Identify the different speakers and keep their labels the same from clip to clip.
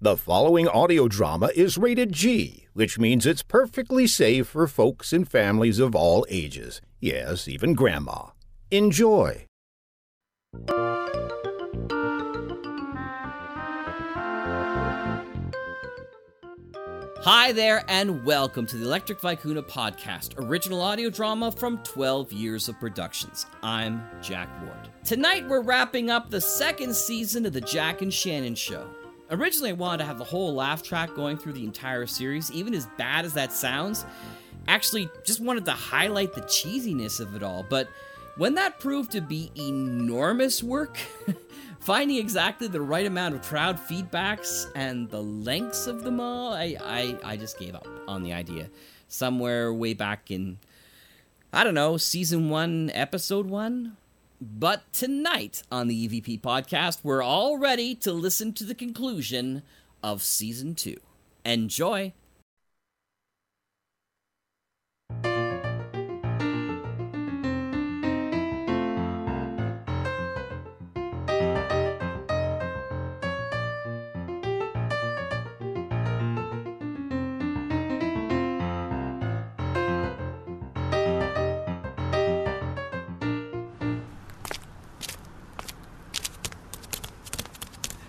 Speaker 1: The following audio drama is rated G, which means it's perfectly safe for folks and families of all ages. Yes, even grandma. Enjoy.
Speaker 2: Hi there, and welcome to the Electric Vicuna podcast, original audio drama from 12 years of productions. I'm Jack Ward. Tonight, we're wrapping up the second season of The Jack and Shannon Show. Originally, I wanted to have the whole laugh track going through the entire series, even as bad as that sounds. Actually, just wanted to highlight the cheesiness of it all, but when that proved to be enormous work, finding exactly the right amount of crowd feedbacks and the lengths of them all, I, I, I just gave up on the idea. Somewhere way back in, I don't know, season one, episode one? But tonight on the EVP podcast, we're all ready to listen to the conclusion of season two. Enjoy!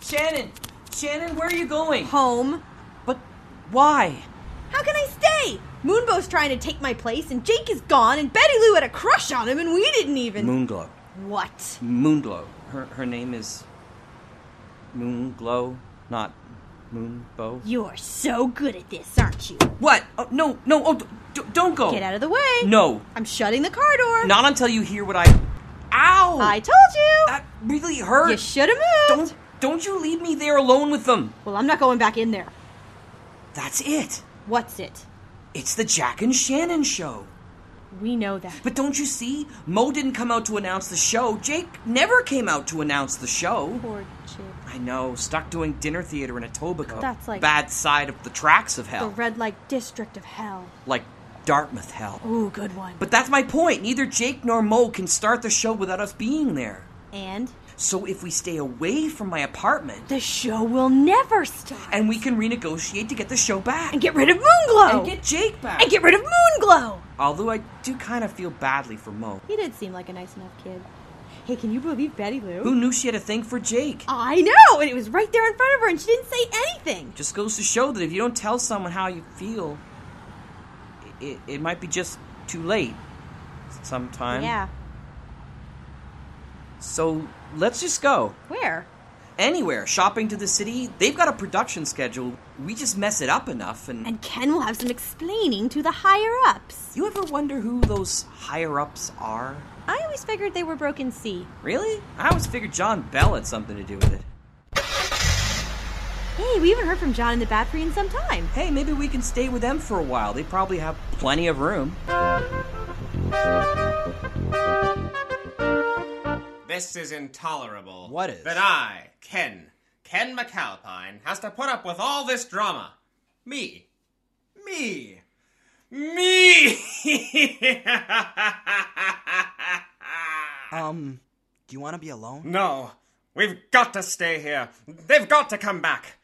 Speaker 3: Shannon! Shannon, where are you going?
Speaker 4: home.
Speaker 3: But why?
Speaker 4: How can I stay? Moonbow's trying to take my place, and Jake is gone, and Betty Lou had a crush on him, and we didn't even.
Speaker 3: Moonglow.
Speaker 4: what?
Speaker 3: Moonglow. Her, her name is. Moonglow, not Moonbow.
Speaker 4: You're so good at this, aren't you?
Speaker 3: What? Oh, no, no, oh, d- d- don't go!
Speaker 4: Get out of the way.
Speaker 3: No,
Speaker 4: I'm shutting the car door.
Speaker 3: not until you hear what I. Ow!
Speaker 4: I told you.
Speaker 3: That really hurt.
Speaker 4: you should have moved.
Speaker 3: Don't, don't you leave me there alone with them.
Speaker 4: Well, I'm not going back in there.
Speaker 3: That's it.
Speaker 4: What's it?
Speaker 3: It's the Jack and Shannon show.
Speaker 4: We know that.
Speaker 3: But don't you see? Mo didn't come out to announce the show. Jake never came out to announce the show.
Speaker 4: Poor Jake.
Speaker 3: I know, stuck doing dinner theater in Etobicoke.
Speaker 4: That's like-
Speaker 3: bad side of the tracks of hell,
Speaker 4: The red light district of hell.
Speaker 3: like Dartmouth hell.
Speaker 4: Ooh, good one.
Speaker 3: But that's my point. Neither Jake nor Mo can start the show without us being there.
Speaker 4: and
Speaker 3: So if we stay away from my apartment,
Speaker 4: the show will never stop.
Speaker 3: and we can renegotiate to get the show back
Speaker 4: And get rid of Moonglow.
Speaker 3: And get Jake back.
Speaker 4: and get rid of Moonglow.
Speaker 3: Although I do kind of feel badly for Mo.
Speaker 4: He did seem like a nice enough kid. Hey, can you believe Betty Lou?
Speaker 3: Who knew she had a thing for Jake?
Speaker 4: I know, and it was right there in front of her, and she didn't say anything.
Speaker 3: Just goes to show that if you don't tell someone how you feel, it, it might be just too late. Sometimes.
Speaker 4: Yeah.
Speaker 3: So let's just go.
Speaker 4: Where?
Speaker 3: Anywhere, shopping to the city, they've got a production schedule. We just mess it up enough and.
Speaker 4: And Ken will have some explaining to the higher ups.
Speaker 3: you ever wonder who those higher ups are?
Speaker 4: I always figured they were broken C.
Speaker 3: Really? I always figured John Bell had something to do with it.
Speaker 4: Hey, we haven't heard from John and the Battery in some time.
Speaker 3: Hey, maybe we can stay with them for a while. They probably have plenty of room.
Speaker 5: This is intolerable.
Speaker 3: What is?
Speaker 5: That I, Ken, Ken McAlpine, has to put up with all this drama. Me. Me. Me!
Speaker 6: Um, do you want to be alone?
Speaker 5: no, we've got to stay here. They've got to come back.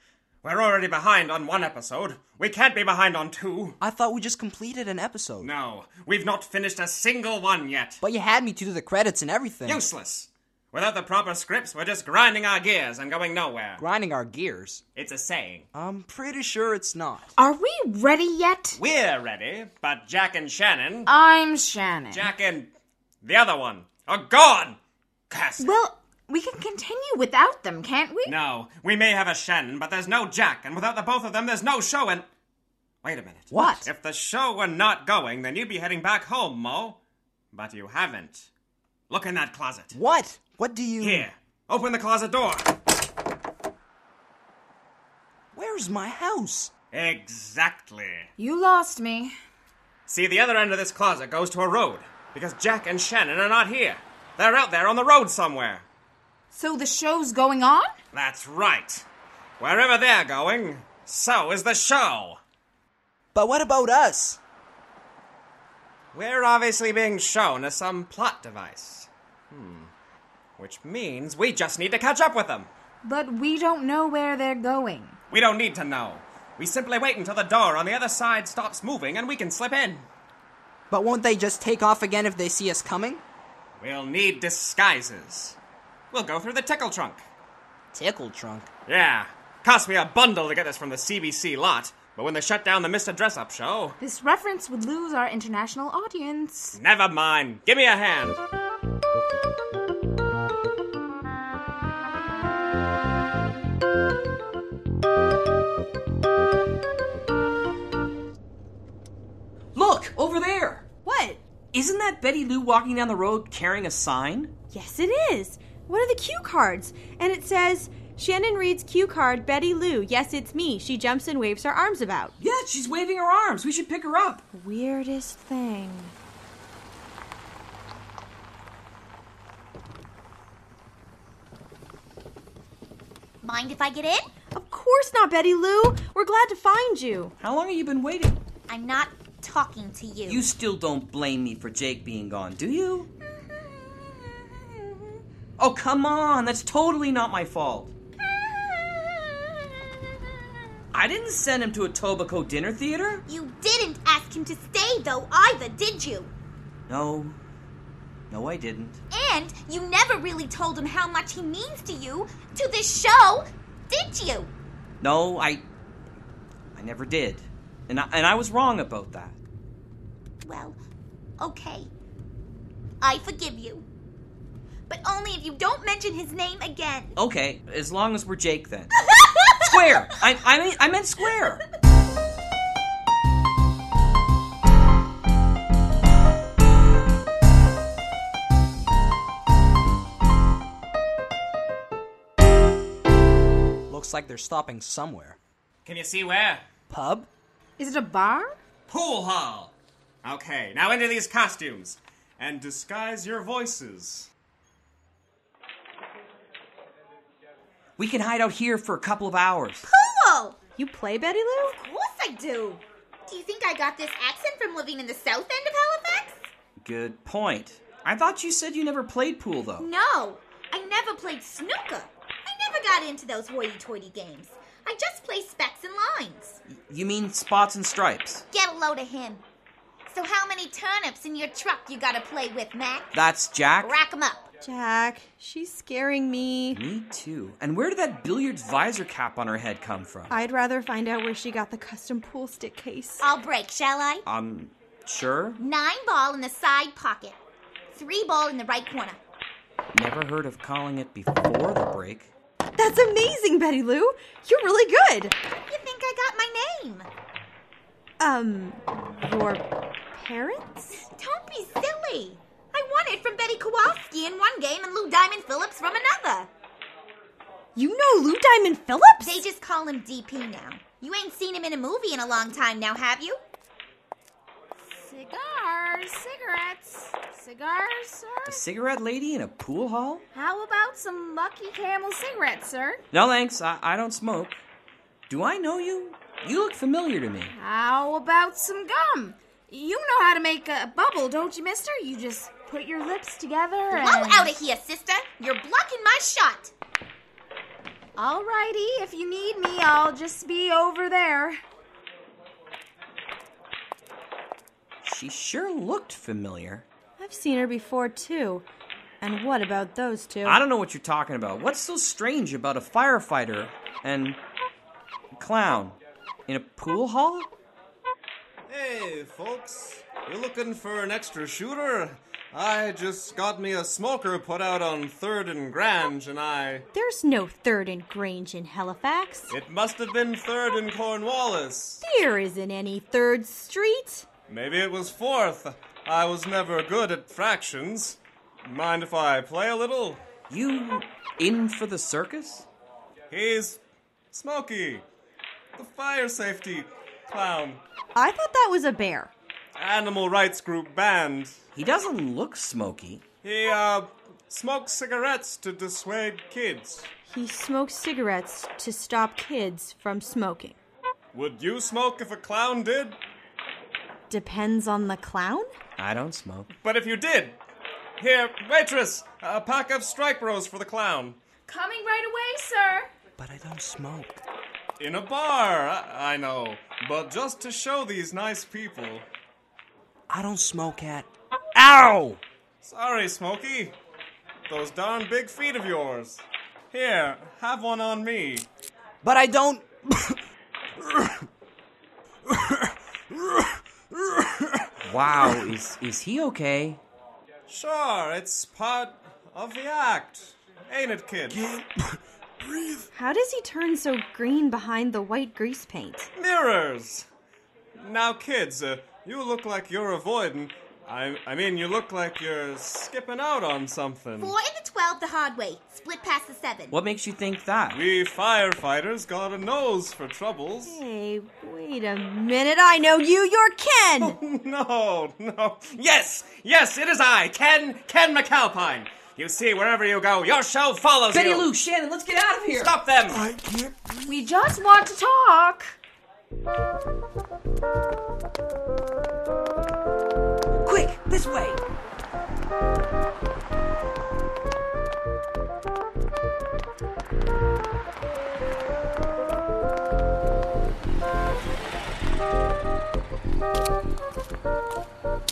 Speaker 5: We're already behind on one episode. We can't be behind on two.
Speaker 6: I thought we just completed an episode.
Speaker 5: No, we've not finished a single one yet.
Speaker 6: But you had me to do the credits and everything.
Speaker 5: Useless. Without the proper scripts, we're just grinding our gears and going nowhere.
Speaker 6: grinding our gears.
Speaker 5: It's a saying.
Speaker 6: I'm pretty sure it's not.
Speaker 7: Are we ready yet?
Speaker 5: We're ready, but Jack and Shannon.
Speaker 7: I'm Shannon.
Speaker 5: Jack and the other one are gone. Curse. it.
Speaker 7: Well, we can continue without them, can't we?
Speaker 5: no, we may have a Shannon, but there's no Jack, and without the both of them, there's no show. And wait a minute.
Speaker 6: What?
Speaker 5: If the show were not going, then you'd be heading back home, Mo. But you haven't. Look in that closet.
Speaker 6: What? What do you?
Speaker 5: Here, open the closet door.
Speaker 6: Where's my house?
Speaker 5: Exactly.
Speaker 7: You lost me.
Speaker 5: See, the other end of this closet goes to a road because Jack and Shannon are not here. They're out there on the road somewhere.
Speaker 7: So the show's going on?
Speaker 5: That's right. Wherever they're going, so is the show.
Speaker 6: But what about us?
Speaker 5: We're obviously being shown as some plot device. Hmm. Which means we just need to catch up with them.
Speaker 7: But we don't know where they're going.
Speaker 5: We don't need to know. We simply wait until the door on the other side stops moving and we can slip in.
Speaker 6: But won't they just take off again if they see us coming?
Speaker 5: We'll need disguises. We'll go through the tickle trunk.
Speaker 6: Tickle trunk.
Speaker 5: Yeah. Cost me a bundle to get this from the CBC lot, but when they shut down the Mr. Dress Up show,
Speaker 7: This reference would lose our international audience.
Speaker 5: never mind. Give me a hand.
Speaker 3: Look, over there!
Speaker 4: What?
Speaker 3: Isn't that Betty Lou walking down the road carrying a sign?
Speaker 4: Yes, it is. One of the cue cards. And it says, Shannon reads cue card, Betty Lou. Yes, it's me. She jumps and waves her arms about.
Speaker 3: Yeah, she's waving her arms. We should pick her up.
Speaker 4: Weirdest thing.
Speaker 8: Mind if I get in?
Speaker 4: Of course not, Betty Lou. We're glad to find you.
Speaker 3: How long have you been waiting?
Speaker 8: I'm not talking to you.
Speaker 3: You still don't blame me for Jake being gone, do you? Oh, come on. That's totally not my fault. I didn't send him to a Tobaco dinner theater.
Speaker 8: You didn't ask him to stay, though, either, did you?
Speaker 3: No. No, I didn't.
Speaker 8: And you never really told him how much he means to you to this show, did you?
Speaker 3: No, I. I never did. And I, and I was wrong about that.
Speaker 8: Well, okay. I forgive you. But only if you don't mention his name again.
Speaker 3: Okay, as long as we're Jake then. square! I, I, mean, I meant square!
Speaker 6: Looks like they're stopping somewhere.
Speaker 5: Can you see where?
Speaker 6: Pub?
Speaker 7: Is it a bar?
Speaker 5: Pool hall. Okay, now into these costumes and disguise your voices.
Speaker 3: We can hide out here for a couple of hours.
Speaker 8: Cool!
Speaker 4: You play Betty Lou?
Speaker 8: Of course I do. Do you think I got this accent from living in the south end of Halifax?
Speaker 3: Good point. I thought you said you never played pool,
Speaker 4: Oh.
Speaker 3: though.
Speaker 8: No, I never played snooker. I never got into those hoity-toity games. I just play specks and lines.
Speaker 3: You mean spots and stripes?
Speaker 8: Get a load of him. So how many turnips in your truck you gotta play with, Mac?
Speaker 3: That's Jack?
Speaker 8: Rack 'em up.
Speaker 4: Jack, she's scaring me.
Speaker 3: Me too. And where did that billiards visor cap on her head come from?
Speaker 4: I'd rather find out where she got the custom pool stick case.
Speaker 8: I'll break, shall I?
Speaker 3: Um, sure.
Speaker 8: Nine ball in the side pocket. Three ball in the right corner.
Speaker 3: Never heard of calling it before the break.
Speaker 4: That's amazing, Betty Lou. You're really good.
Speaker 8: You think I got my name?
Speaker 4: Um, your parents?
Speaker 8: Don't be silly. I won it from Betty Kowalski in one game and Lou Diamond Phillips from another.
Speaker 4: You know Lou Diamond Phillips?
Speaker 8: They just call him DP now. You ain't seen him in a movie in a long time now, have you?
Speaker 7: Cigars, cigarettes. Cigars,
Speaker 3: A
Speaker 7: sir?
Speaker 3: cigarette lady in a pool hall?
Speaker 7: How about some Lucky Camel cigarettes, sir?
Speaker 3: No thanks, I, I don't smoke. Do I know you? You look familiar to me.
Speaker 7: How about some gum? You know how to make a bubble, don't you, mister? You just put your lips together and.
Speaker 8: Blow out of here, sister. You're blocking my shot.
Speaker 7: Alrighty, if you need me, I'll just be over there.
Speaker 3: She sure looked familiar.
Speaker 4: I've seen her before, too. And what about those two?
Speaker 3: I don't know what you're talking about. What's so strange about a firefighter and clown in a pool hall?
Speaker 5: Hey, folks. You looking for an extra shooter? I just got me a smoker put out on 3rd and Grange, and I.
Speaker 4: There's no third and Grange in Halifax.
Speaker 5: It must have been 3rd and Cornwallis.
Speaker 4: There isn't any third street.
Speaker 5: Maybe it was 4th. I was never good at fractions. Mind if I play a little?
Speaker 3: You in for the circus?
Speaker 5: He's. Smokey. The fire safety clown.
Speaker 4: I thought that was a bear.
Speaker 5: Animal rights group banned.
Speaker 3: He doesn't look smoky.
Speaker 5: He, uh, smokes cigarettes to dissuade kids.
Speaker 4: He smokes cigarettes to stop kids from smoking.
Speaker 5: Would you smoke if a clown did?
Speaker 4: Depends on the clown?
Speaker 3: I don't smoke.
Speaker 5: But if you did, here, waitress, a pack of strike bros for the clown.
Speaker 7: Coming right away, sir.
Speaker 6: But I don't smoke.
Speaker 9: in a bar. I, I know, but just to show these nice people.
Speaker 10: I don't smoke at. Ow!
Speaker 9: Sorry, Smokey. Those darn big feet of yours. Here, have one on me.
Speaker 10: But I don't.
Speaker 3: Wow, is is he okay?
Speaker 9: Sure, it's part of the act. Ain't it, kid?
Speaker 4: How does he turn so green behind the white grease paint?
Speaker 9: Mirrors! Now, kids, uh, you look like you're avoiding. I, I mean, you look like you're skipping out on something.
Speaker 8: Four and the twelve the hard way. Split past the seven.
Speaker 3: What makes you think that?
Speaker 9: We firefighters got a nose for troubles.
Speaker 4: Hey, wait a minute. I know you. You're Ken.
Speaker 9: No, no.
Speaker 3: Yes, yes, it is I, Ken Ken McAlpine.
Speaker 9: You see, wherever you go, your show follows
Speaker 5: Betty
Speaker 9: you.
Speaker 5: Lou, Shannon, let's get out of here.
Speaker 9: Stop them!
Speaker 7: We just want to talk.
Speaker 10: Quick, this way!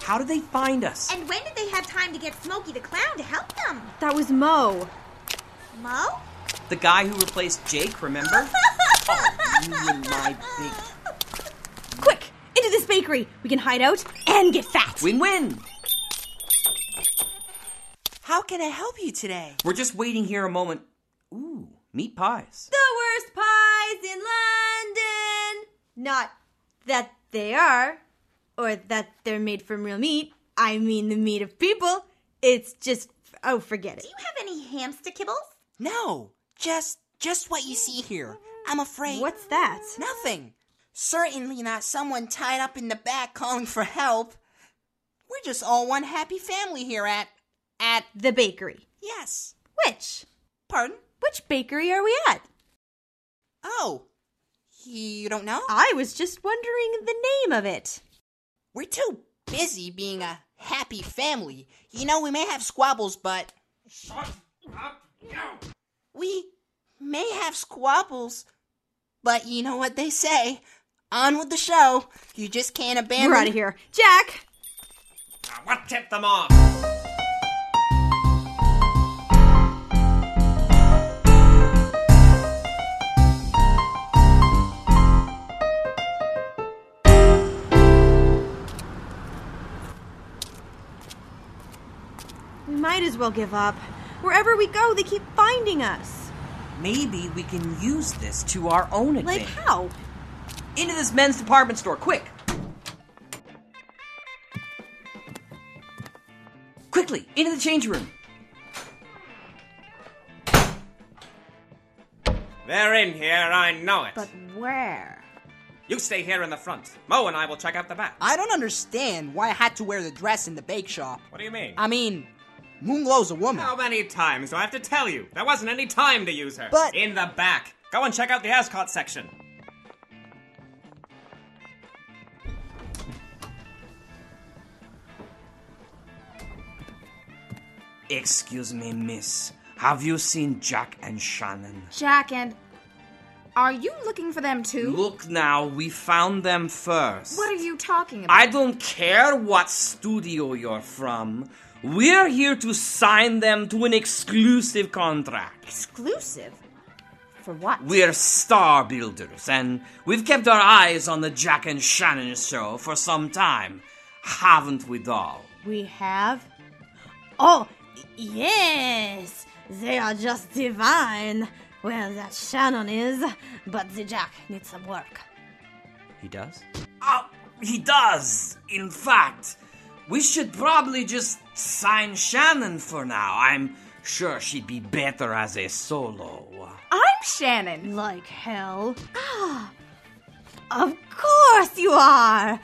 Speaker 3: How did they find us?
Speaker 8: And when did they have time to get Smokey the Clown to help them?
Speaker 4: That was Mo.
Speaker 8: Mo?
Speaker 3: The guy who replaced Jake, remember? oh, you and my big
Speaker 4: Quick, into this bakery. We can hide out and get fat.
Speaker 3: win-win.
Speaker 10: How can I help you today?
Speaker 3: We're just waiting here a moment. Ooh, meat pies.
Speaker 4: the worst pies in London. Not that they are, or that they're made from real meat. I mean the meat of people. It's just oh, forget it.
Speaker 8: Do you have any hamster kibbles?
Speaker 10: No, just just what you see here. I'm afraid.
Speaker 4: What's that?
Speaker 10: Nothing. Certainly not someone tied up in the back calling for help. We're just all one happy family here at at
Speaker 4: The bakery.
Speaker 10: yes.
Speaker 4: Which?
Speaker 10: Pardon?
Speaker 4: Which bakery are we at?
Speaker 10: Oh, you don't know?
Speaker 4: I was just wondering the name of it.
Speaker 10: We're too busy being a happy family. You know, we may have squabbles, but. We may have squabbles, but you know what they say. On with the show. You just can't abandon.
Speaker 4: We're out of here. Jack!
Speaker 9: Now, What tipped them off?
Speaker 4: We might as well give up. Wherever we go, they keep finding us.
Speaker 3: Maybe we can use this to our own
Speaker 4: Like,
Speaker 3: advantage.
Speaker 4: how?
Speaker 3: Into this men's department store, quick! Quickly, into the change room.
Speaker 9: They're in here, I know it.
Speaker 4: where?
Speaker 9: You stay here in the front. Mo and I will check out the back.
Speaker 10: I don't understand why I had to wear the dress in the bake shop.
Speaker 9: What do you mean?
Speaker 10: I mean, Moonglow's a
Speaker 6: Um.
Speaker 10: woman.
Speaker 9: How many times do I have to tell you? There wasn't any time to use her.
Speaker 10: But-
Speaker 9: In the back. Go and check out the Ascot section.
Speaker 3: Excuse me, miss. Have you seen Jack and Shannon?
Speaker 7: Jack and. Are you looking for them too?
Speaker 3: Look now, we found them first.
Speaker 7: What are you talking about?
Speaker 3: I don't care what studio you're from. We're here to sign them to an exclusive contract.
Speaker 4: Exclusive? For what?
Speaker 3: We're star builders, and we've kept our eyes on the Jack and Shannon show for some time, haven't we, doll?
Speaker 4: We have. Oh, y- yes! They are just divine. Well, that Shannon is, but the Jack needs some work.
Speaker 3: He does? Oh, he does! In fact, we should probably just sign Shannon for now. I'm sure she'd be better as a solo.
Speaker 7: I'm Shannon.
Speaker 4: Like hell. Ah! Of course you are!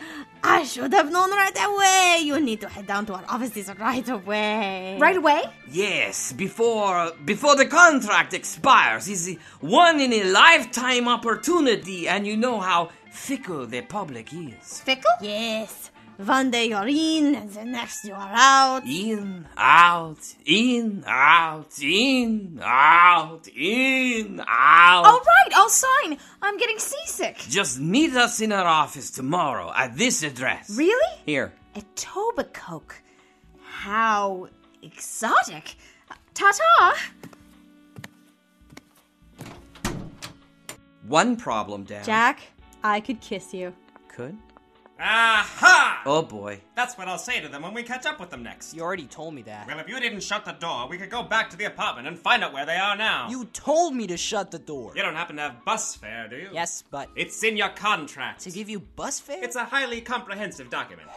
Speaker 4: I should have known right away! You need to head down to our offices right away.
Speaker 7: Right away?
Speaker 3: Yes, before before the contract expires, is one in a lifetime opportunity, and you know how fickle the public is.
Speaker 7: Fickle?
Speaker 4: Yes. One day you're in, and the next you're out.
Speaker 3: In, out, in, out, in, out, in, out.
Speaker 7: All right, I'll sign. I'm getting seasick.
Speaker 3: Just meet us in our office tomorrow at this address.
Speaker 7: Really?
Speaker 3: Here.
Speaker 7: A Etobicoke. How exotic. Ta ta!
Speaker 3: One problem, Dad.
Speaker 4: Jack, I could kiss you.
Speaker 3: Could?
Speaker 5: Aha!
Speaker 3: Oh boy.
Speaker 5: That's what I'll say to them when we catch up with them next.
Speaker 6: You already told me that.
Speaker 5: Well, if you didn't shut the door, we could go back to the apartment and find out where they are now.
Speaker 6: You told me to shut the door.
Speaker 5: You don't happen to have bus fare, do you?
Speaker 6: Yes, but
Speaker 5: It's in your contract.
Speaker 6: to give you bus fare?
Speaker 5: It's a highly comprehensive document.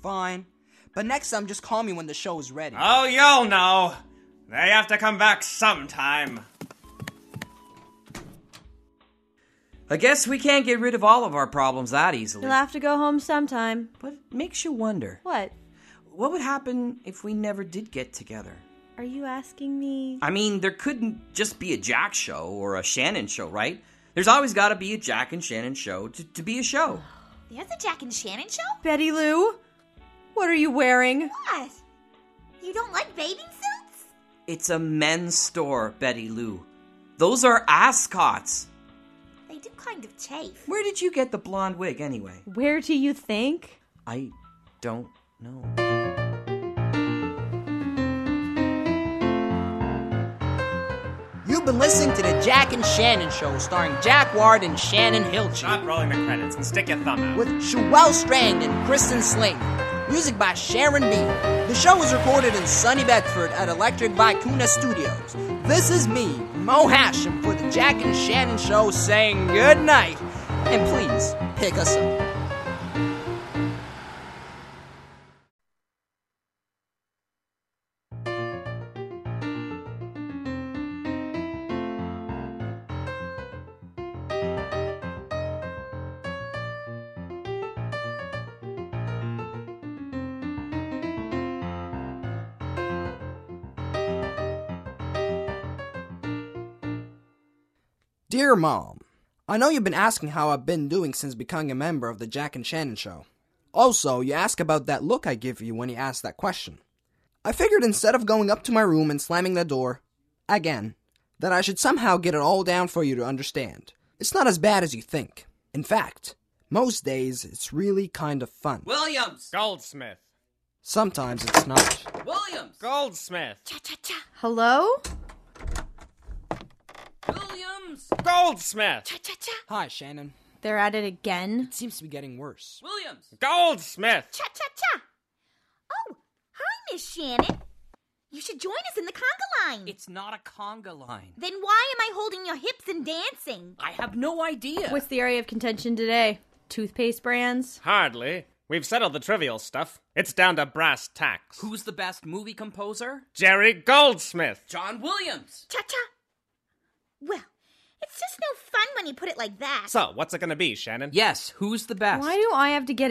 Speaker 6: Fine. But next time, just call me when the show is ready.
Speaker 5: Oh, you'll know. They have to come back sometime.
Speaker 3: I guess we can't get rid of all of our problems that easily.
Speaker 4: You'll have to go home sometime.
Speaker 3: But it makes you wonder
Speaker 4: What?
Speaker 3: what would happen if we never did get together?
Speaker 4: Are you asking me?
Speaker 3: I mean, there couldn't just be a Jack show or a Shannon show, right? There's always got to be a Jack and Shannon show to, to be a show.
Speaker 8: There's a Jack and Shannon show?
Speaker 4: Betty Lou? What are you wearing?
Speaker 8: What? You don't like bathing suits?
Speaker 3: It's a men's store, Betty Lou. Those are ascots.
Speaker 8: They do kind of chafe.
Speaker 3: Where did you get the blonde wig anyway?
Speaker 4: Where do you think?
Speaker 3: I don't know.
Speaker 6: You've been listening to the Jack and Shannon Show, starring Jack Ward and Shannon Hilchey,
Speaker 5: Stop rolling the credits and stick your thumb out.
Speaker 6: with Shuel Strand and Kristen Slayton. Music by Sharon B. The show was recorded in sunny Bedford at Electric Vicuna Studios. This is me, Mo Hasham, for the Jack and Shannon Show, saying good night, and please pick us up. Dear Mom, I know you've been asking how I've been doing since becoming a member of the Jack and Shannon show. Also, you ask about that look I give you when you ask that question. I figured instead of going up to my room and slamming the door, again, that I should somehow get it all down for you to understand. It's not as bad as you think. In fact, most days it's really kind of fun.
Speaker 2: Williams!
Speaker 5: Goldsmith.
Speaker 6: Sometimes it's not.
Speaker 2: Williams!
Speaker 5: Goldsmith.
Speaker 8: Cha cha cha.
Speaker 4: Hello?
Speaker 2: Williams!
Speaker 5: Goldsmith.
Speaker 8: Cha cha cha.
Speaker 6: Hi, Shannon.
Speaker 4: They're at it again?
Speaker 6: It seems to be getting worse.
Speaker 2: Williams!
Speaker 5: Goldsmith.
Speaker 8: Cha cha cha. Oh, hi, Miss Shannon. You should join us in the conga line.
Speaker 2: It's not a conga line.
Speaker 8: then why am I holding your hips and dancing?
Speaker 2: I have no idea.
Speaker 4: What's the area of contention today? Toothpaste brands?
Speaker 5: Hardly. We've settled the trivial stuff. It's down to brass tacks.
Speaker 2: Who's the best movie composer?
Speaker 5: Jerry Goldsmith.
Speaker 2: John Williams!
Speaker 8: Cha cha. Well, it's just no fun when you put it like that.
Speaker 5: So, what's it gonna be, Shannon?
Speaker 2: Yes, who's the best?
Speaker 4: Why do I have to get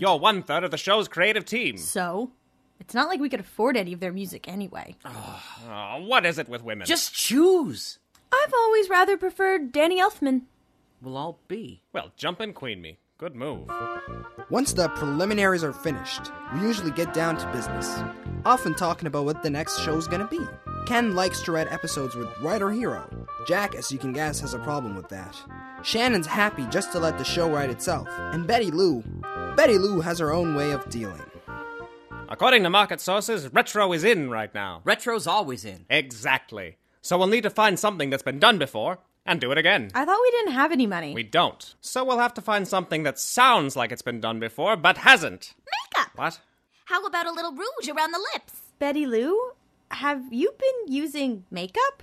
Speaker 5: You're one third of the show's creative team.
Speaker 4: So? It's not like we could afford any of their music anyway.
Speaker 5: Aw, what is it with women?
Speaker 2: Just choose!
Speaker 4: I've always rather preferred Danny Elfman.
Speaker 2: We'll all be.
Speaker 5: Well, jump and queen me. Good move.
Speaker 11: Once the preliminaries are finished, we usually get down to business, often talking about what the next show's gonna be. Ken likes to write episodes with writer hero. Jack, as you can guess, has a problem with that. Shannon's happy just to let the show write itself, and Betty Lou, Betty Lou has her own way of dealing.
Speaker 5: According to market sources, retro is in right now.
Speaker 2: Retro's always in.
Speaker 5: Exactly. So we'll need to find something that's been done before and do it again.
Speaker 4: I thought we didn't have any money.
Speaker 5: We don't. So we'll have to find something that sounds like it's been done before but hasn't.
Speaker 8: Makeup.
Speaker 5: What?
Speaker 8: How about a little rouge around the lips?
Speaker 4: Betty Lou, have you been using makeup?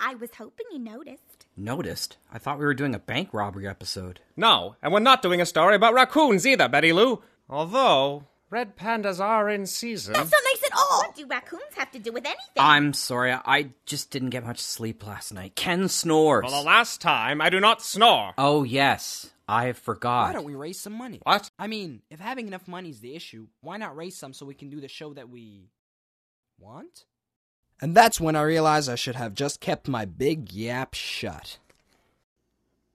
Speaker 8: I was hoping you noticed.
Speaker 2: Noticed? I thought we were doing a bank robbery episode.
Speaker 5: No, and we're not doing a story about raccoons either, Betty Lou. Although, red pandas are in season.
Speaker 8: That's not nice at all. What do raccoons have to do with anything?
Speaker 2: I'm sorry, I just didn't get much sleep last night. Ken snores.
Speaker 5: For the last time, I do not snore.
Speaker 2: oh, yes. I forgot.
Speaker 6: Why don't we raise some money?
Speaker 5: What?
Speaker 6: I mean, if having enough money is the issue, why not raise some so we can do the show that we want?
Speaker 11: And that's when I realize I should have just kept my big yap shut.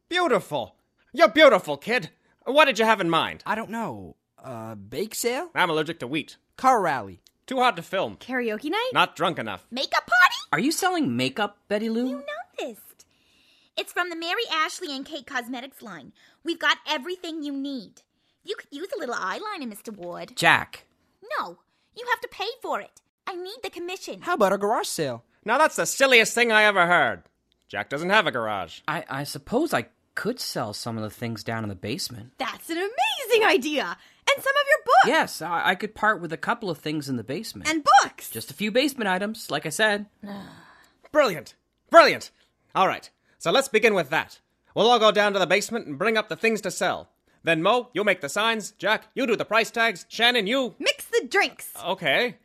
Speaker 5: Beautiful. You're beautiful, kid. What did you have in mind?
Speaker 6: I don't know. Uh, uh, bake sale?
Speaker 5: I'm allergic to wheat.
Speaker 6: Car rally.
Speaker 5: Too hot to film.
Speaker 4: Karaoke night?
Speaker 5: Not drunk enough.
Speaker 8: Makeup party?
Speaker 12: Are you selling makeup, Betty Lou?
Speaker 8: You noticed. It's from the Mary Ashley and Kate Cosmetics line. We've got everything you need. You could use a little eyeliner, Mr. Ward.
Speaker 12: Jack.
Speaker 8: No, you have to pay for it. I need the commission.
Speaker 6: How about a garage sale?
Speaker 5: Now that's the silliest thing I ever heard. Jack doesn't have a garage.
Speaker 3: I, I suppose I could sell some of the things down in the basement.
Speaker 4: That's an amazing idea! And some of your books!
Speaker 3: Yes, I, I could part with a couple of things in the basement.
Speaker 4: And books!
Speaker 3: Just a few basement items, like I said.
Speaker 5: Brilliant. Brilliant. All right, so let's begin with that. We'll all go down to the basement and bring up the things to sell. Then, Mo, you make the signs. Jack, you do the price tags. Shannon, you.
Speaker 4: Mix the drinks!
Speaker 5: Okay.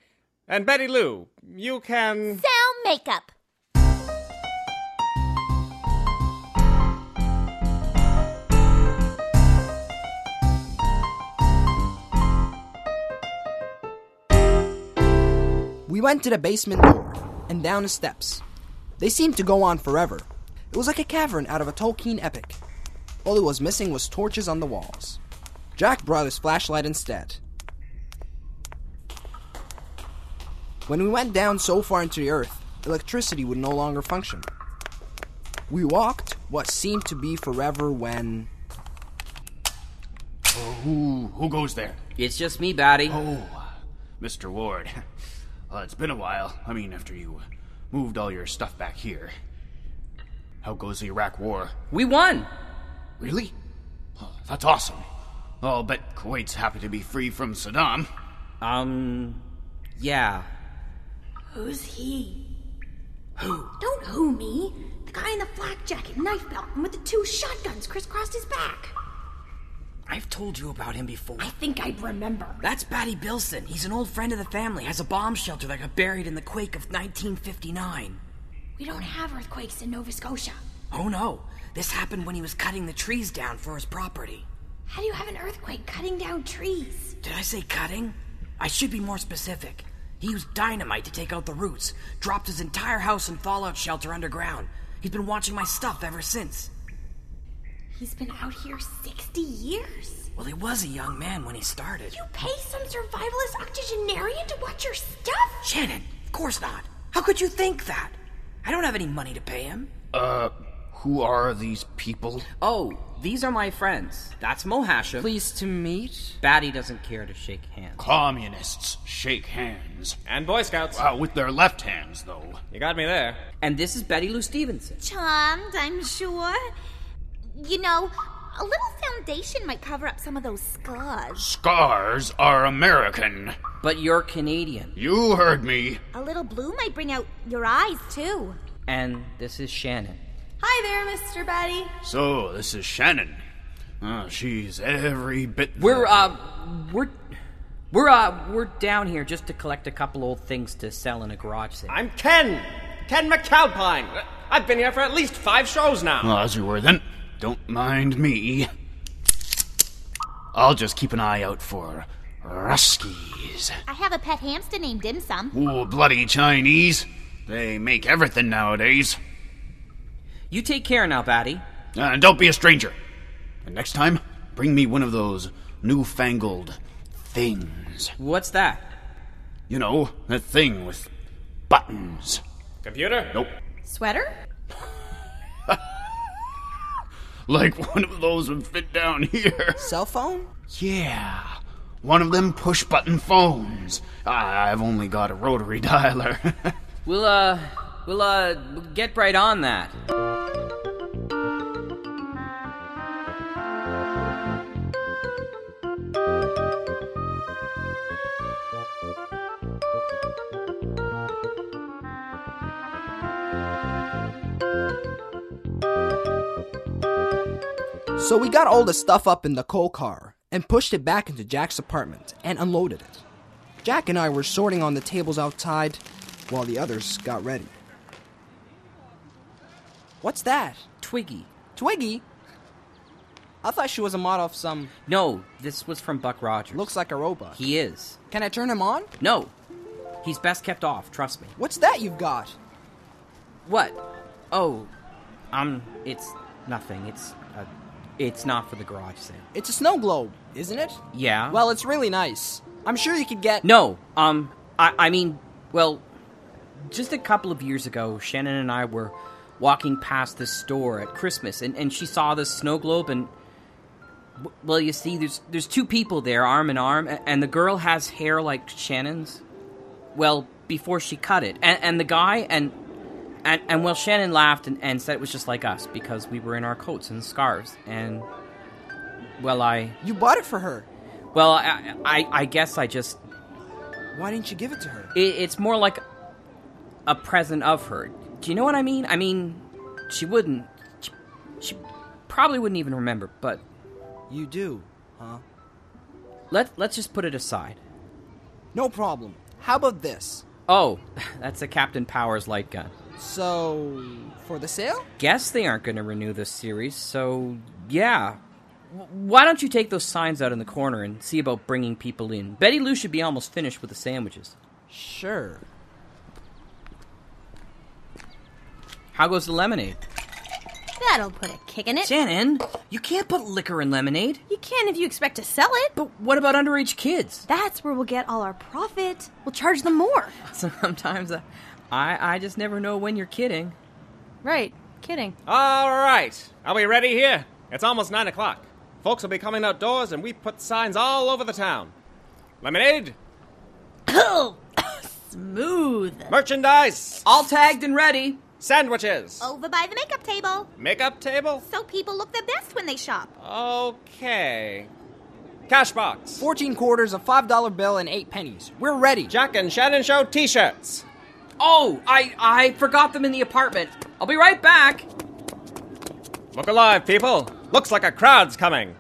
Speaker 5: And Betty Lou, you can.
Speaker 8: Sell makeup.
Speaker 6: We went to the basement door and down the steps. They seemed to go on forever. It was like a cavern out of a Tolkien epic. All it was missing was torches on the walls. Jack brought his flashlight instead. When we went down so far into the earth, electricity would no longer function. We walked what seemed to be forever when.
Speaker 13: Oh, Who who goes there?
Speaker 3: It's just me, Batty.
Speaker 13: Oh, Mr. Ward. Well, it's been a while. I mean, after you moved all your stuff back here. How goes the Iraq War?
Speaker 3: We won!
Speaker 13: Really? Oh, that's awesome. Oh, I'll bet Kuwait's happy to be free from Saddam.
Speaker 3: Um, yeah.
Speaker 8: Who's he? Who? Don't who me. The guy in the flak jacket, knife belt, and with the two shotguns crisscrossed his back.
Speaker 3: I've told you about him before.
Speaker 8: I think I'd remember.
Speaker 3: That's Batty Bilson. He's an old friend of the family, has a bomb shelter that got buried in the quake of 1959.
Speaker 8: We don't have earthquakes in Nova Scotia.
Speaker 3: Oh no, this happened when he was cutting the trees down for his property.
Speaker 8: How do you have an earthquake cutting down trees?
Speaker 3: Did I say cutting? I should be more specific. He used dynamite to take out the roots, dropped his entire house and fallout shelter underground. He's been watching my stuff ever since.
Speaker 8: He's been out here 60 years?
Speaker 3: Well, he was a young man when he started.
Speaker 8: You pay some survivalist octogenarian to watch your stuff?
Speaker 3: Shannon, of course not. How could you think that? I don't have any money to pay him.
Speaker 13: Uh, who are these people?
Speaker 3: Oh, these are my friends. That's Mohasha.
Speaker 6: Pleased to meet.
Speaker 3: Batty doesn't care to shake hands.
Speaker 13: Communists shake hands.
Speaker 5: And Boy Scouts.
Speaker 13: Wow, with their left hands, though.
Speaker 5: You got me there.
Speaker 3: And this is Betty Lou Stevenson.
Speaker 8: Charmed, I'm sure. You know, a little foundation might cover up some of those scars.
Speaker 13: Scars are American.
Speaker 3: But you're Canadian.
Speaker 13: You heard me.
Speaker 8: A little blue might bring out your eyes, too.
Speaker 3: And this is Shannon.
Speaker 14: Hi there, Mr. Batty.
Speaker 13: So, this is Shannon. Oh, she's every bit.
Speaker 3: We're
Speaker 13: the-
Speaker 3: uh we're we're uh we're down here just to collect a couple old things to sell in a garage sale.
Speaker 5: I'm Ken. Ken McAlpine. I've been here for at least five shows now.
Speaker 13: Well, as you were then. Don't mind me. I'll just keep an eye out for Ruskies.
Speaker 8: I have a pet hamster named Dim Sum.
Speaker 13: Ooh, bloody Chinese. They make everything nowadays.
Speaker 3: You take care now, Batty.
Speaker 13: Uh, and don't be a stranger. And next time, bring me one of those newfangled things.
Speaker 3: What's that?
Speaker 13: You know, that thing with buttons.
Speaker 5: Computer?
Speaker 13: Nope.
Speaker 14: Sweater?
Speaker 13: Like one of those would fit down here.
Speaker 6: Cell phone?
Speaker 13: Yeah, one of them push button phones. I- I've only got a rotary dialer.
Speaker 3: We'll uh we'll uh get right on that.
Speaker 6: So we got all the stuff up in the coal car and pushed it back into Jack's apartment and unloaded it. Jack and I were sorting on the tables outside while the others got ready. What's that?
Speaker 3: Twiggy.
Speaker 6: Twiggy? I thought she was a model of some.
Speaker 3: No, this was from Buck Rogers.
Speaker 6: Looks like a robot.
Speaker 3: he is.
Speaker 6: Can I turn him on?
Speaker 3: No. He's best kept off, trust me.
Speaker 6: What's that you've got?
Speaker 3: What? Oh, um, it's nothing. It's a, It's not for the garage sale.
Speaker 6: It's a snow globe, isn't it?
Speaker 3: Yeah.
Speaker 6: Well, it's really nice. I'm sure you could get.
Speaker 3: No. Um. I. I mean. Well. Just a couple of years ago, Shannon and I were walking past this store at Christmas, and, and she saw this snow globe, and w- well, you see, there's there's two people there, arm in arm, a- and the girl has hair like Shannon's. Well, before she cut it, and, and the guy, and and and well, Shannon laughed and, and said it was just like us because we were in our coats and scarves, and well, I
Speaker 6: you bought it for her.
Speaker 3: Well, I I, I guess I just
Speaker 6: Why didn't you give it to her?
Speaker 3: it, it's more like a present of her. Do you know what I mean? I mean, she wouldn't. She, she probably wouldn't even remember, but.
Speaker 6: You do, huh?
Speaker 3: Let, let's just put it aside.
Speaker 6: No problem. How about this?
Speaker 3: Oh, that's the Captain Powers light gun.
Speaker 6: So, for the sale?
Speaker 3: Guess they aren't going to renew this series, so yeah. W- Why don't you take those signs out in the corner and see about bringing people in? Betty Lou should be almost finished with the sandwiches.
Speaker 6: Sure.
Speaker 3: How goes the lemonade?
Speaker 4: That'll put a kick in it.
Speaker 3: Shannon, you can't put liquor in lemonade.
Speaker 4: You can if you expect to sell it.
Speaker 3: But what about underage kids?
Speaker 4: That's where we'll get all our profit. We'll charge them more.
Speaker 3: Sometimes I, I, I just never know when you're kidding.
Speaker 4: Right. Kidding.
Speaker 5: All right. Are we ready here? It's almost 9 o'clock. Folks will be coming outdoors, and we put signs all over the town. Lemonade,
Speaker 4: Smooth.
Speaker 5: merchandise,
Speaker 3: all tagged and ready,
Speaker 5: sandwiches,
Speaker 8: Over by the makeup table.
Speaker 5: makeup table.
Speaker 8: So people look their best when they shop.
Speaker 5: Okay. Cash box.
Speaker 6: 14 quarters, a $5 bill, and 8 pennies. We're ready.
Speaker 5: Jack and Shannon Show t shirts.
Speaker 3: Oh, I I forgot them in the apartment. I'll be right back.
Speaker 5: Look alive, people. Looks like a crowd's coming.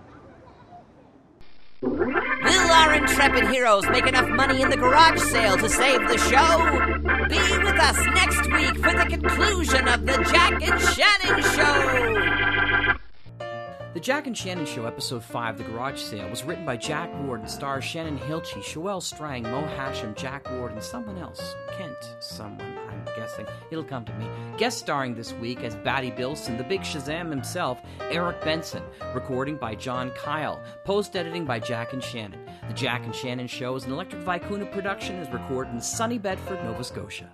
Speaker 10: Will our intrepid heroes make enough money in the garage sale to save the show? Be with us next week for the conclusion of the Jack and Shannon Show!
Speaker 3: The Jack and Shannon Show, Episode 5, The Garage Sale, was written by Jack Ward and stars Shannon Hilchey, Shoel Strang, Mo Hasham, Jack Ward, and someone else. Kent, someone, I'm guessing. It'll come to me. Guest starring this week as Batty Bilson, the big Shazam himself, Eric Benson. Recording by John Kyle. Post editing by Jack and Shannon. The Jack and Shannon Show is an Electric Vicuna production is recorded in sunny Bedford, Nova Scotia.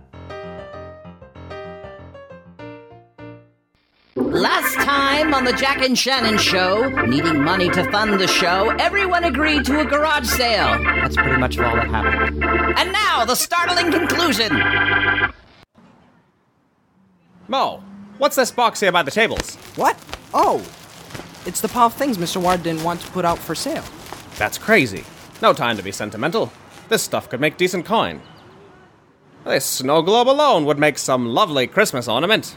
Speaker 10: Last time on the Jack and Shannon Show, needing money to fund the show, everyone agreed to a garage sale.
Speaker 3: That's pretty much all that happened.
Speaker 10: And now, the startling conclusion.
Speaker 5: Mo, what's this box here by the tables?
Speaker 6: What? Oh, it's the pile of things Mr. Ward didn't want to put out for sale.
Speaker 5: That's crazy. No time to be sentimental. This stuff could make decent coin. This snow globe alone would make some lovely Christmas ornament.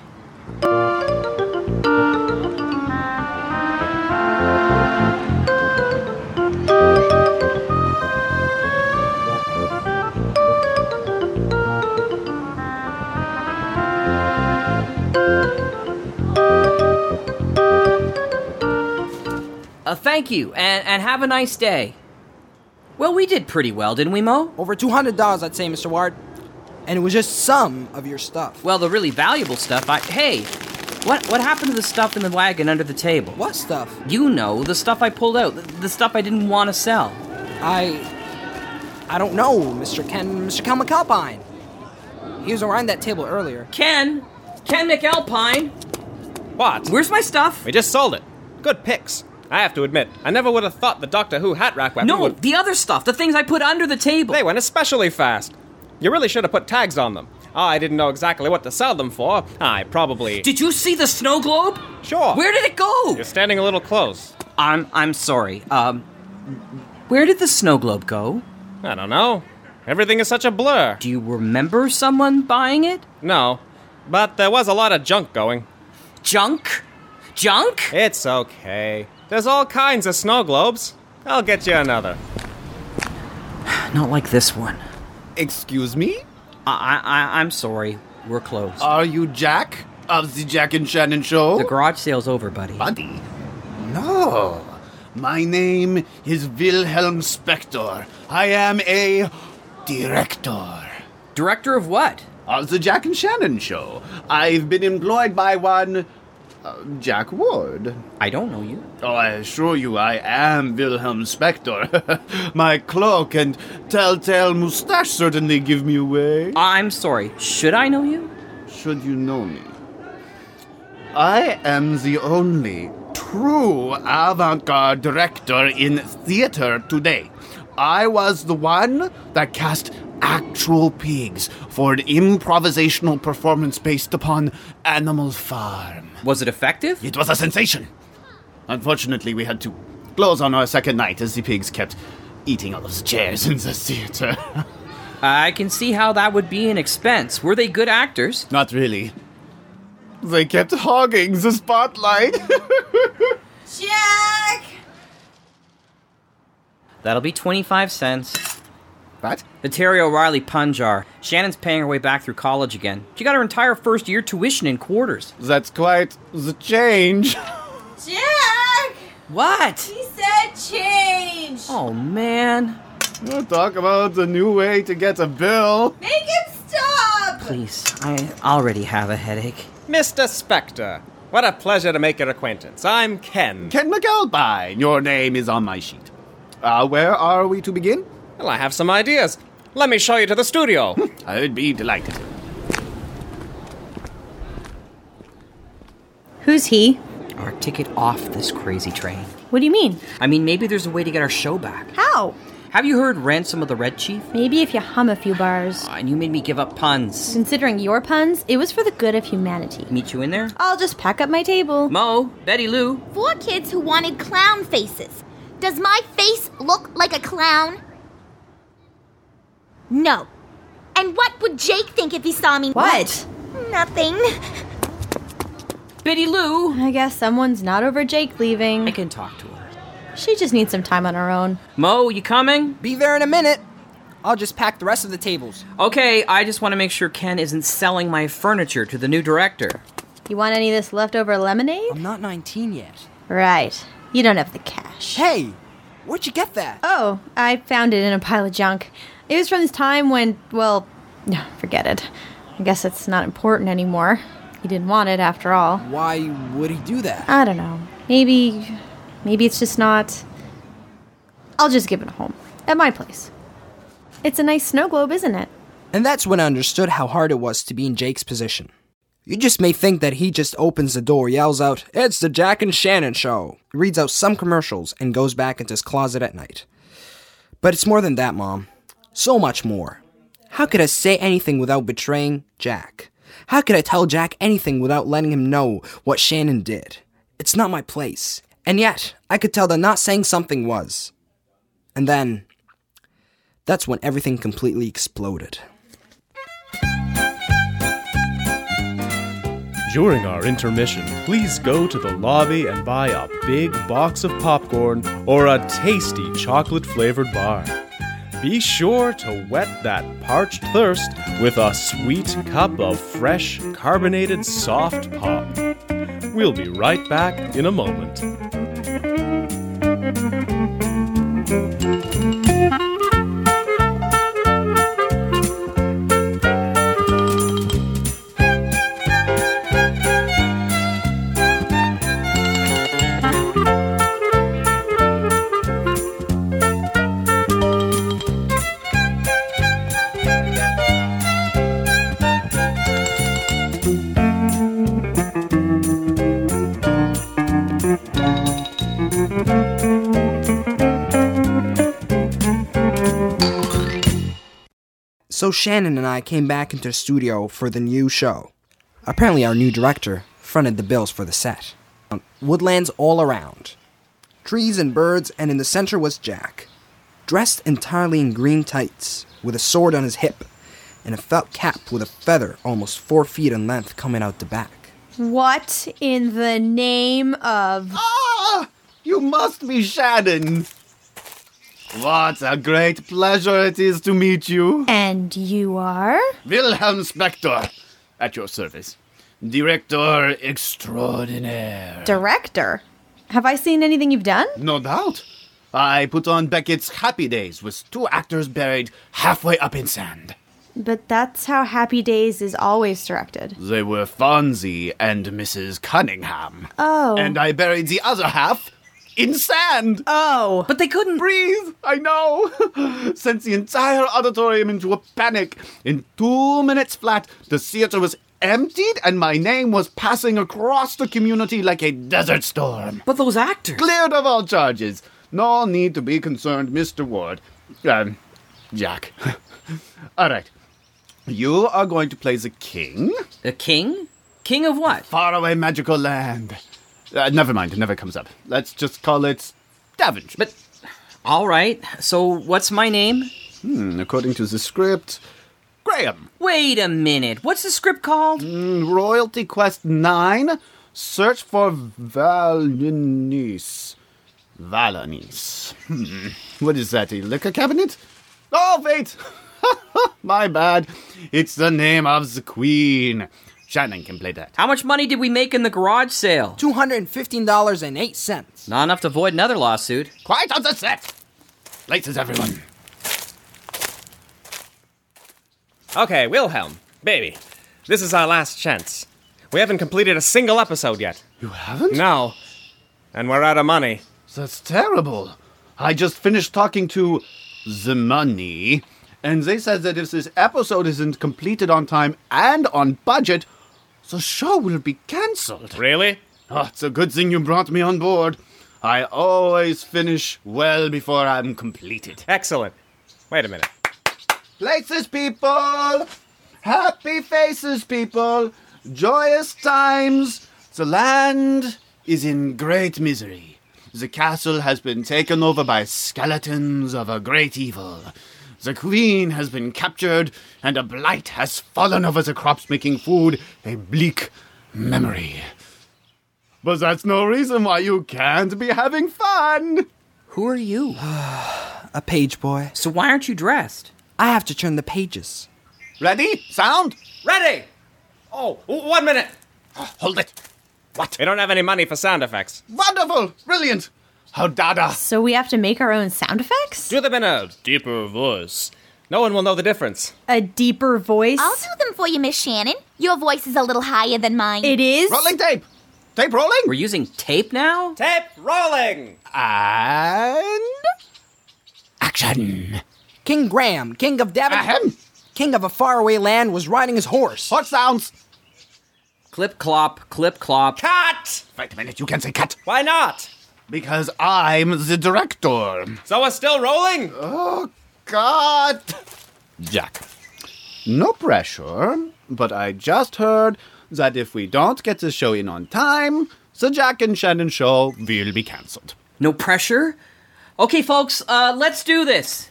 Speaker 3: Uh, thank you, and, and have a nice day. Well, we did pretty well, didn't we, Mo?
Speaker 6: Over $200, I'd say, Mr. Ward. And it was just some of your stuff.
Speaker 3: Well, the really valuable stuff. I hey, what what happened to the stuff in the wagon under the table?
Speaker 6: What stuff?
Speaker 3: You know, the stuff I pulled out, the, the stuff I didn't want to sell.
Speaker 6: I. I don't know, Mr. Ken. Mr. Ken McAlpine. He was around that table earlier.
Speaker 3: Ken, Ken McAlpine,
Speaker 5: What?
Speaker 3: where's my stuff?
Speaker 5: We just sold it. Good picks. I have to admit, I never would have thought the Doctor Who hat rack weapon
Speaker 3: No,
Speaker 5: would.
Speaker 3: the other stuff, the things I put under the table.
Speaker 5: They went especially fast. You really should have put tags on them. Ah, I didn't know exactly what to sell them for. I probably.
Speaker 3: Did you see the snow globe?
Speaker 5: Sure.
Speaker 3: Where did it go?
Speaker 5: You're standing a little close.
Speaker 3: I'm I'm sorry. Um, where did the snow globe go?
Speaker 5: I don't know. Everything is such a blur.
Speaker 3: Do you remember someone buying it?
Speaker 5: No. But there was a lot of junk going.
Speaker 3: Junk, junk.
Speaker 5: It's okay. There's all kinds of snow globes. I'll get you another.
Speaker 3: Not like this one.
Speaker 13: Excuse me?
Speaker 3: I I I'm sorry. We're closed.
Speaker 13: Are you Jack of the Jack and Shannon show?
Speaker 3: The garage sale's over, buddy.
Speaker 13: Buddy? No. My name is Wilhelm Spector. I am a director
Speaker 3: Director of what?
Speaker 13: of the Jack and Shannon show. I've been employed by one Uh, Jack Ward.
Speaker 3: I don't know you.
Speaker 13: Oh, I assure you, I am Wilhelm Spector. My cloak and telltale mustache certainly give me away.
Speaker 3: I'm sorry. Should I know you?
Speaker 13: Should you know me? I am the only true avant garde director in theater today. I was the one that cast actual pigs for an improvisational performance based upon Animal Farm.
Speaker 3: Was it effective?
Speaker 13: It was a sensation. Unfortunately, we had to close on our second night as the pigs kept eating all of the chairs in the theater.
Speaker 3: I can see how that would be an expense. Were they good actors?
Speaker 13: Not really. They kept hogging the spotlight.
Speaker 15: Jack!
Speaker 3: That'll be 25 cents.
Speaker 13: What?
Speaker 3: The Terry O'Reilly Punjar. Shannon's paying her way back through college again. She got her entire first year tuition in quarters.
Speaker 13: That's quite the change.
Speaker 15: Jack!
Speaker 3: What?
Speaker 15: He said change!
Speaker 3: Oh, man.
Speaker 13: We'll talk about the new way to get a bill.
Speaker 15: Make it stop!
Speaker 3: Please, I already have a headache.
Speaker 5: Mr. Spectre, what a pleasure to make your acquaintance. I'm Ken.
Speaker 13: Ken McAlpine, your name is on my sheet. Uh, where are we to begin?
Speaker 5: Well, I have some ideas. Let me show you to the studio.
Speaker 13: I'd be delighted.
Speaker 15: Who's he?
Speaker 3: Our ticket off this crazy train.
Speaker 15: What do you mean?
Speaker 3: I mean, maybe there's a way to get our show back.
Speaker 15: How?
Speaker 3: Have you heard Ransom of the Red Chief? Ah,
Speaker 4: Maybe if you hum a few bars.
Speaker 3: and you made me give up puns.
Speaker 4: Considering your puns, it was for the good of humanity.
Speaker 3: Meet you in there?
Speaker 4: I'll just pack up my table.
Speaker 3: Mo, Betty Lou.
Speaker 8: Four kids who wanted clown faces. Does my face look like a clown? No. And what would Jake think if he saw me?
Speaker 4: What?
Speaker 8: Nothing.
Speaker 3: Biddy Lou!
Speaker 4: I guess someone's not over Jake leaving.
Speaker 3: I can talk to her.
Speaker 4: She just needs some time on her own.
Speaker 3: Mo, you coming?
Speaker 6: Be there in a minute. I'll just pack the rest of the tables.
Speaker 3: Okay, I just want to make sure Ken isn't selling my furniture to the new director.
Speaker 4: You want any of this leftover lemonade?
Speaker 6: I'm not 19 yet.
Speaker 4: Right. You don't have the cash.
Speaker 6: Hey, where'd you get that?
Speaker 4: Oh, I found it in a pile of junk. It was from this time when, well, no, forget it. I guess it's not important anymore. He didn't want it after all.
Speaker 6: Why would he do that?
Speaker 4: I don't know. Maybe maybe it's just not I'll just give it a home at my place. It's a nice snow globe, isn't it?
Speaker 6: And that's when I understood how hard it was to be in Jake's position. You just may think that he just opens the door, yells out, It's the Jack and Shannon show, reads out some commercials, and goes back into his closet at night. But it's more than that, Mom. So much more. How could I say anything without betraying Jack? How could I tell Jack anything without letting him know what Shannon did? It's not my place. And yet, I could tell that not saying something was. And then, that's when everything completely exploded.
Speaker 9: During our intermission, please go to the lobby and buy a big box of popcorn or a tasty chocolate flavored bar. Be sure to wet that parched thirst with a sweet cup of fresh, carbonated soft pop. We'll be right back in a moment.
Speaker 6: So Shannon and I came back into the studio for the new show. Apparently, our new director fronted the bills for the set. Um, Woodlands all around. Trees and birds, and in the center was Jack, dressed entirely in green tights, with a sword on his hip, and a felt cap with a feather almost four feet in length coming out the back.
Speaker 4: What in the name of.
Speaker 13: Ah! You must be Shannon! What a great pleasure it is to meet you.
Speaker 4: And you are?
Speaker 13: Wilhelm Spector, at your service. Director extraordinaire.
Speaker 4: Director? Have I seen anything you've done?
Speaker 13: No doubt. I put on Beckett's Happy Days with two actors buried halfway up in sand.
Speaker 16: But that's how Happy Days is always directed.
Speaker 13: They were Fonzie and Mrs. Cunningham.
Speaker 16: Oh.
Speaker 13: And I buried the other half in sand.
Speaker 16: Oh.
Speaker 17: But they couldn't
Speaker 13: breathe. I know. Sent the entire auditorium into a panic. In two minutes flat, the theater was emptied and my name was passing across the community like a desert storm.
Speaker 18: But those actors.
Speaker 13: Cleared of all charges. No need to be concerned, Mr. Ward. Um, Jack. all right. You are going to play the king.
Speaker 17: The king? King of what?
Speaker 13: Faraway magical land. Uh, never mind, it never comes up. Let's just call it Davinch.
Speaker 17: But, all right, so what's my name?
Speaker 13: Hmm, according to the script, Graham.
Speaker 17: Wait a minute, what's the script called?
Speaker 13: Mm, Royalty Quest 9 Search for Valenice. Valenice. Hmm. What is that, a liquor cabinet? Oh, wait! My bad. It's the name of the queen. Shannon can play that.
Speaker 17: How much money did we make in the garage sale?
Speaker 6: $215.08.
Speaker 17: Not enough to avoid another lawsuit.
Speaker 13: Quiet on the set! Places, everyone.
Speaker 5: Okay, Wilhelm, baby, this is our last chance. We haven't completed a single episode yet.
Speaker 13: You haven't?
Speaker 5: No. And we're out of money.
Speaker 13: That's terrible. I just finished talking to the money, and they said that if this episode isn't completed on time and on budget, the show will be cancelled.
Speaker 5: Really?
Speaker 13: Oh, it's a good thing you brought me on board. I always finish well before I'm completed.
Speaker 5: Excellent. Wait a minute.
Speaker 13: Places, people! Happy faces, people! Joyous times! The land is in great misery. The castle has been taken over by skeletons of a great evil. The queen has been captured, and a blight has fallen over the crops, making food a bleak memory. But that's no reason why you can't be having fun!
Speaker 17: Who are you?
Speaker 6: A page boy.
Speaker 17: So why aren't you dressed?
Speaker 6: I have to turn the pages.
Speaker 13: Ready? Sound?
Speaker 5: Ready! Oh, w- one minute!
Speaker 13: Hold it! What?
Speaker 5: We don't have any money for sound effects.
Speaker 13: Wonderful! Brilliant! How dada!
Speaker 16: So we have to make our own sound effects?
Speaker 5: Do them in a deeper voice. No one will know the difference.
Speaker 16: A deeper voice?
Speaker 8: I'll do them for you, Miss Shannon. Your voice is a little higher than mine.
Speaker 16: It is?
Speaker 13: Rolling tape! Tape rolling!
Speaker 17: We're using tape now?
Speaker 5: Tape rolling!
Speaker 13: And. Action!
Speaker 6: King Graham, king of Devon,
Speaker 13: Ahem.
Speaker 6: king of a faraway land, was riding his horse.
Speaker 13: Horse sounds!
Speaker 17: Clip clop, clip clop.
Speaker 5: Cut!
Speaker 13: Wait a minute, you can't say cut!
Speaker 5: Why not?
Speaker 13: Because I'm the director!
Speaker 5: So we're still rolling?
Speaker 13: Oh, God! Jack. No pressure, but I just heard that if we don't get the show in on time, the Jack and Shannon show will be cancelled.
Speaker 17: No pressure? Okay, folks, uh, let's do this.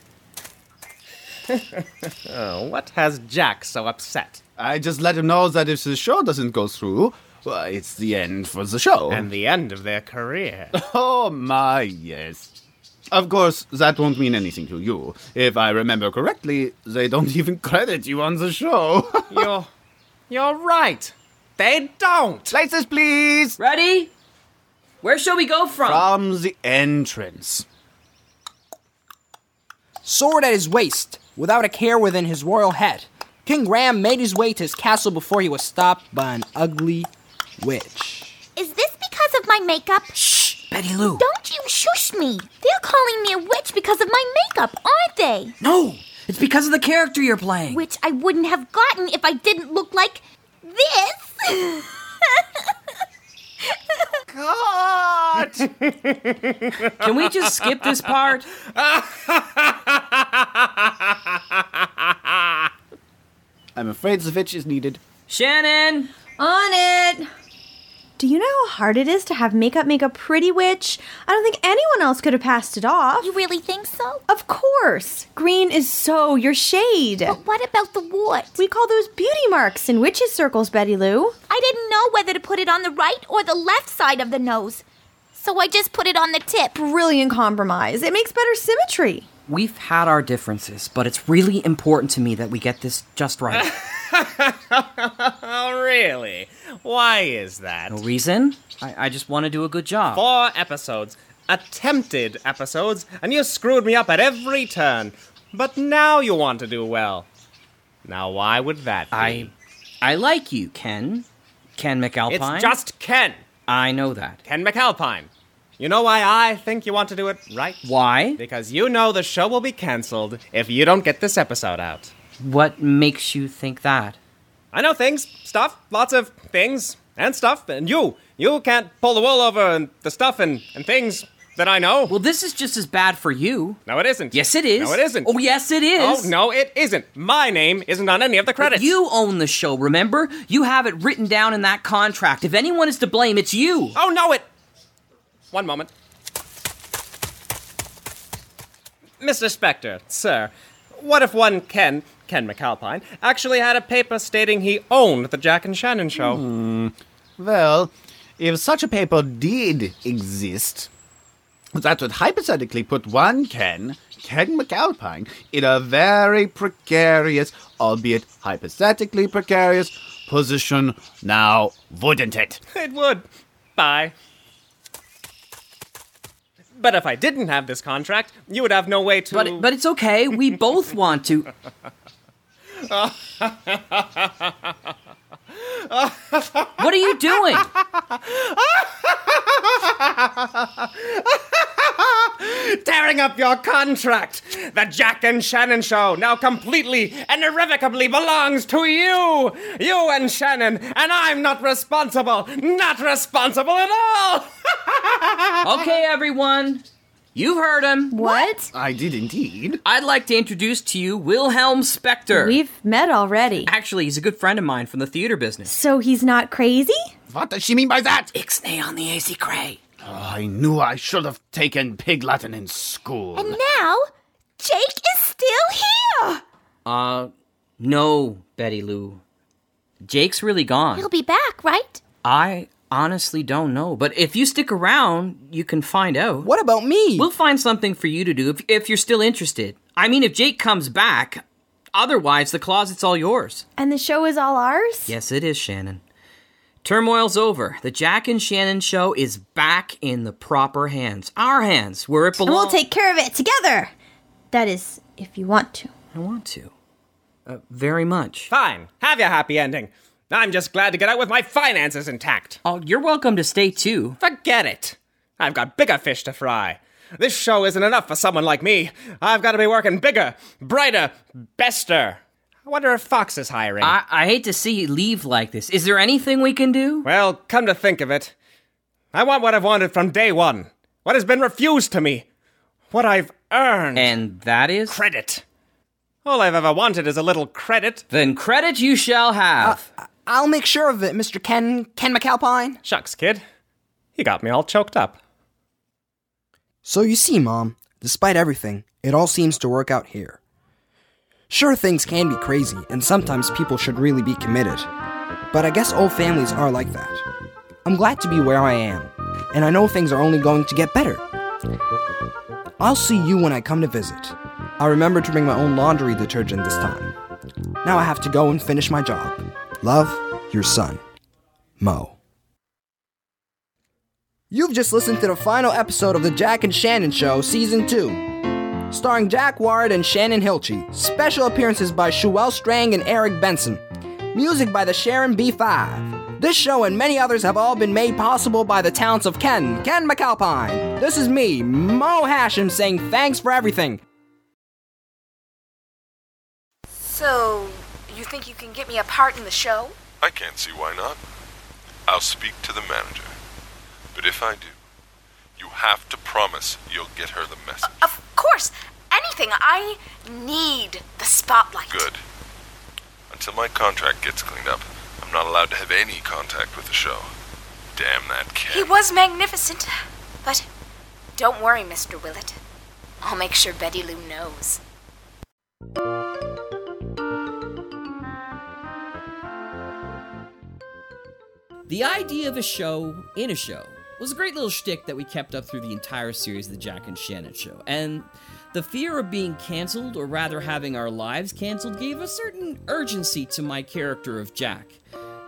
Speaker 5: Oh, what has Jack so upset?
Speaker 13: I just let him know that if the show doesn't go through, well, it's the end for the show.
Speaker 5: And the end of their career.
Speaker 13: Oh my, yes. Of course, that won't mean anything to you. If I remember correctly, they don't even credit you on the show.
Speaker 5: you're. You're right. They don't.
Speaker 13: Places, please!
Speaker 17: Ready? Where shall we go from?
Speaker 13: From the entrance.
Speaker 6: Sword at his waist, without a care within his royal head, King Graham made his way to his castle before he was stopped by an ugly witch.
Speaker 8: Is this because of my makeup?
Speaker 18: Shh, Betty Lou.
Speaker 8: Don't you shush me. They're calling me a witch because of my makeup, aren't they?
Speaker 18: No, it's because of the character you're playing.
Speaker 8: Which I wouldn't have gotten if I didn't look like this.
Speaker 13: God!
Speaker 17: Can we just skip this part?
Speaker 13: I'm afraid the witch is needed.
Speaker 17: Shannon!
Speaker 16: On it! Do you know how hard it is to have makeup make a pretty witch? I don't think anyone else could have passed it off.
Speaker 8: you really think so?
Speaker 16: Of course! Green is so your shade.
Speaker 8: But what about the wart?
Speaker 16: We call those beauty marks in witches' circles, Betty Lou.
Speaker 8: I didn't know whether to put it on the right or the left side of the nose. So I just put it on the tip.
Speaker 16: Brilliant compromise. It makes better symmetry.
Speaker 17: We've had our differences, but it's really important to me that we get this just right.
Speaker 5: Oh, really? Why is that?
Speaker 17: No reason? I, I just want to do a good job.
Speaker 5: Four episodes. Attempted episodes, and you screwed me up at every turn. But now you want to do well. Now, why would that be?
Speaker 3: I, I like you, Ken. Ken McAlpine.
Speaker 5: It's just Ken.
Speaker 3: I know that.
Speaker 5: Ken McAlpine. You know why I think you want to do it right?
Speaker 3: Why?
Speaker 5: Because you know the show will be cancelled if you don't get this episode out.
Speaker 3: What makes you think that?
Speaker 5: I know things, stuff, lots of things and stuff, and you, you can't pull the wool over and the stuff and, and things that I know.
Speaker 3: Well, this is just as bad for you.
Speaker 5: No, it isn't.
Speaker 3: Yes, it is.
Speaker 5: No, it isn't.
Speaker 3: Oh, yes, it is.
Speaker 5: Oh, no, it isn't. My name isn't on any of the credits.
Speaker 3: But you own the show, remember? You have it written down in that contract. If anyone is to blame, it's you.
Speaker 5: Oh, no, it. One moment. Mr. Spectre, sir, what if one Ken, Ken McAlpine, actually had a paper stating he owned the Jack and Shannon show?
Speaker 13: Hmm. Well, if such a paper did exist, that would hypothetically put one Ken, Ken McAlpine, in a very precarious, albeit hypothetically precarious, position now, wouldn't it?
Speaker 5: It would. Bye. But if I didn't have this contract, you would have no way to.
Speaker 3: But, but it's okay. We both want to. what are you doing?
Speaker 5: Tearing up your contract! The Jack and Shannon show now completely and irrevocably belongs to you! You and Shannon, and I'm not responsible! Not responsible at all!
Speaker 3: okay, everyone. You've heard him.
Speaker 4: What?
Speaker 13: I did indeed.
Speaker 3: I'd like to introduce to you Wilhelm Spector.
Speaker 4: We've met already.
Speaker 3: Actually, he's a good friend of mine from the theater business.
Speaker 4: So he's not crazy?
Speaker 13: What does she mean by that?
Speaker 19: Ixnay on the AC Cray.
Speaker 13: Oh, I knew I should have taken Pig Latin in school.
Speaker 8: And now, Jake is still here!
Speaker 3: Uh, no, Betty Lou. Jake's really gone.
Speaker 8: He'll be back, right?
Speaker 3: I honestly don't know. But if you stick around, you can find out.
Speaker 6: What about me?
Speaker 3: We'll find something for you to do if, if you're still interested. I mean, if Jake comes back, otherwise, the closet's all yours.
Speaker 4: And the show is all ours?
Speaker 3: Yes, it is, Shannon. Turmoil's over. The Jack and Shannon show is back in the proper hands. Our hands, where it belongs.
Speaker 4: And we'll take care of it together. That is, if you want to.
Speaker 3: I want to. Uh, very much.
Speaker 5: Fine. Have your happy ending. I'm just glad to get out with my finances intact.
Speaker 3: Oh, you're welcome to stay too.
Speaker 5: Forget it. I've got bigger fish to fry. This show isn't enough for someone like me. I've got to be working bigger, brighter, bester. I wonder if Fox is hiring.
Speaker 3: I, I hate to see you leave like this. Is there anything we can do?
Speaker 5: Well, come to think of it, I want what I've wanted from day one. What has been refused to me. What I've earned.
Speaker 3: And that is?
Speaker 5: Credit. All I've ever wanted is a little credit.
Speaker 3: Then credit you shall have.
Speaker 6: Uh, I'll make sure of it, Mr. Ken Ken McAlpine.
Speaker 5: Shucks, kid. You got me all choked up.
Speaker 6: So you see, Mom, despite everything, it all seems to work out here. Sure, things can be crazy, and sometimes people should really be committed. But I guess old families are like that. I'm glad to be where I am, and I know things are only going to get better. I'll see you when I come to visit. I remember to bring my own laundry detergent this time. Now I have to go and finish my job. Love, your son, Mo. You've just listened to the final episode of The Jack and Shannon Show, Season 2. Starring Jack Ward and Shannon Hilchey. Special appearances by Shuel Strang and Eric Benson. Music by the Sharon B5. This show and many others have all been made possible by the talents of Ken, Ken McAlpine. This is me, Mo Hashim, saying thanks for everything.
Speaker 7: So, you think you can get me a part in the show?
Speaker 20: I can't see why not. I'll speak to the manager. But if I do, you have to promise you'll get her the message.
Speaker 7: Uh, of course! Anything! I need the spotlight.
Speaker 20: Good. Until my contract gets cleaned up, I'm not allowed to have any contact with the show. Damn that kid.
Speaker 7: He was magnificent. But don't worry, Mr. Willett. I'll make sure Betty Lou knows.
Speaker 21: The idea of a show in a show was a great little shtick that we kept up through the entire series of the Jack and Shannon show, and the fear of being cancelled, or rather having our lives cancelled, gave a certain urgency to my character of Jack.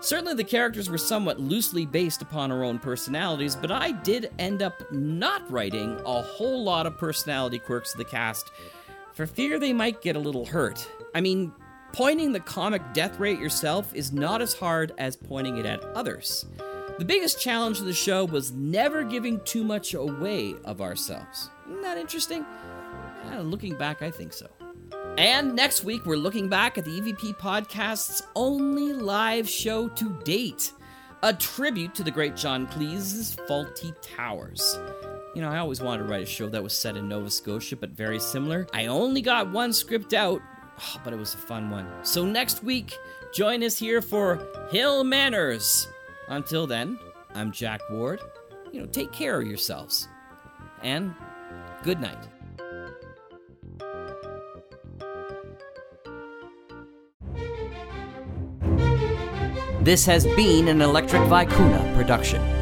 Speaker 21: Certainly, the characters were somewhat loosely based upon our own personalities, but I did end up not writing a whole lot of personality quirks of the cast for fear they might get a little hurt. I mean,
Speaker 3: Pointing the comic death ray at yourself is not as hard as pointing it at others. The biggest challenge of the show was never giving too much away of ourselves. Isn't that interesting? Yeah, Uh, looking back, I think so. And next week, we're looking back at the EVP podcast's only live show to date a tribute to the great John Cleese's Faulty Towers. You know, I always wanted to write a show that was set in Nova Scotia, but very similar. I only got one script out, but it was a fun one. So next week, join us here for Hill Manners. Until then, I'm Jack Ward. You know, take care of yourselves. And good night.
Speaker 22: This has been an Electric Vicuna production.